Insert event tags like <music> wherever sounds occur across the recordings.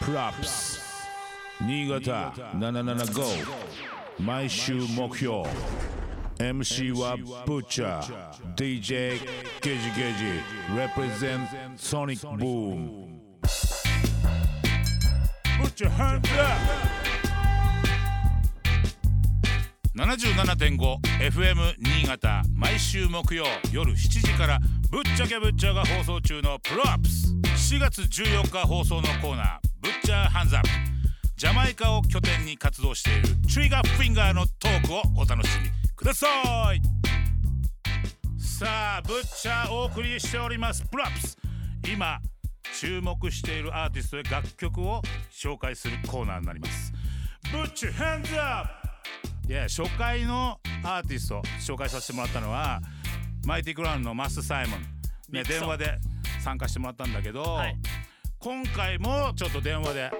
プラップス新潟775毎週目標 MC はブッチャー DJ ゲジゲジ represent ソニックブーム Put your hands up 77.5FM 新潟毎週木曜夜7時から「ぶっちゃけぶっちゃ」が放送中の「プロアップス」4月14日放送のコーナー「ぶっちゃハンズアップ」ジャマイカを拠点に活動しているチュイガーフィンガーのトークをお楽しみくださいさあぶっちゃお送りしておりますプロアップス今注目しているアーティストや楽曲を紹介するコーナーになりますぶっちゃハンズアップいや初回のアーティスト紹介させてもらったのはマイティクラウンのマス・サイモン、ね、ビッグ電ソン話で参加してもらったんだけど、はい今回もちょっと電話で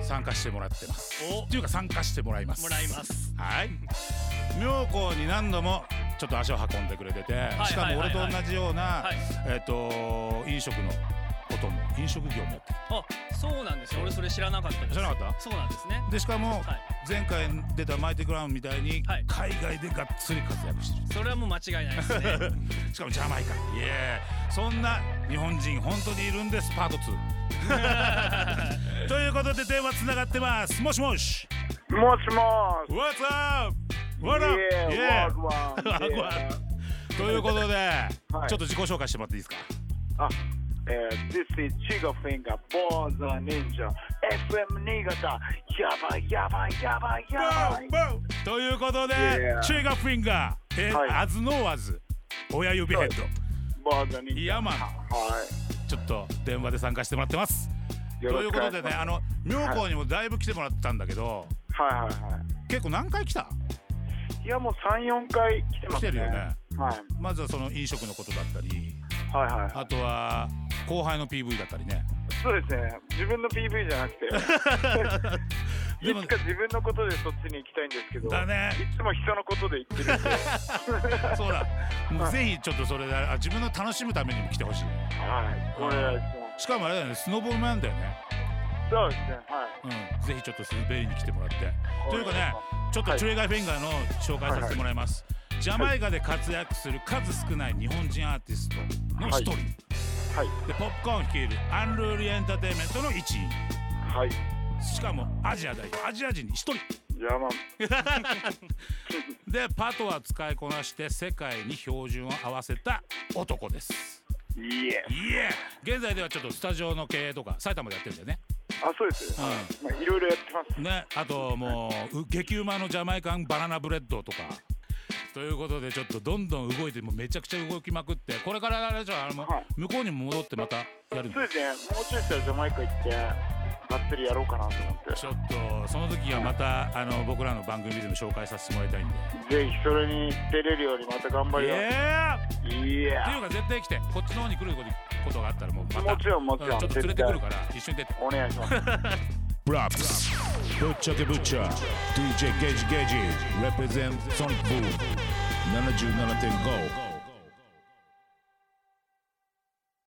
参加してもらってますおっていうか参加してもらいますもらいますはい妙高に何度もちょっと足を運んでくれてて、しかも俺と同じような、はいえっ、と飲食のことも飲食業もやってるあそうなんですよ俺それ知らなかったです知らなかったそうなんですねでしかもはい前回出たマイティクラウンみたいにはい海外でがっつり活躍してる <laughs> それはもう間違いないですね <laughs> しかもジャマイカイエーイそんな日本人本当にいるんですパート2 <laughs> <laughs> ということで電話つながってますもしもしもしもし。 What's up? What up? Yeah, Yeah. wagwan. <laughs> Wagwan. Yeah. ということで、はいちょっと自己紹介してもらっていいですか Ah, eh, this is Chiga Finger, Boza Ninja, FM Niigata. Yaba, yaba, yaba, yaba. ということで、 Yeah. チューガーフィンガー、えーはいアズノーアズ親指ヘッド Boza Ninja. イヤマンはちょっと電話で参加してもらってますい。とよいうろしくこお願とでいしまねすあの妙高にもだいぶ来てもらったんだけど、はいはいは結構何回来たい。いやもう三四回来てますね。来てるよねはいまずはその飲食のことだったりはいはいはあとは後輩の PV だったり <laughs> ねい。そうですね。自分の PV じゃなく <laughs> て。でいもつか自分のことでそっちに行きたいんですけど。だねいつも人のことで行ってるんで。そう <laughs> だもうぜひちょっとそれであ自分の楽しむためにも来てほしいはい。お願いします。しかもあれだよねスノボーマンだよねそうですね。はい。うん、ぜひちょっと滑りに来てもらって。というかね、ちょっとはいチュエガイフィンガーの紹介させてもらいます。ジャマイカで活躍する数少ない日本人アーティストの一人、ははいでポップコーン率いるアンルーリーエンターテインメントの一員はい。しかもアジア代表アジア人に一人ヤマン。でパトは使いこなして世界に標準を合わせた男ですいえ。いえ現在ではちょっとスタジオの経営とか埼玉でやってるんだよねあ、そうです。まあ、いろいろやってます。ね、あともうう激うまのジャマイカンバナナブレッドとか。ということでちょっとどんどん動いてもうめちゃくちゃ動きまくってこれからあれじゃあの、はい向こうにも戻ってまたやるのそうですね。もうちょいしたらジャマイカ行って、がっつりやろうかなと思ちょっとその時はまたあの僕らの番組でも紹介させてもらいたいんでって。ぜひそれに出れるようにまた頑張いりまやーっす。いやていうか絶対来てこっちの方に来ることがあったらもうまたもちろんもちろんうちょっと連れてくるから一緒に出てお願いします。プラップスぶっちゃけぶっちゃ DJ ゲージゲージ represent ソニックブーム77.5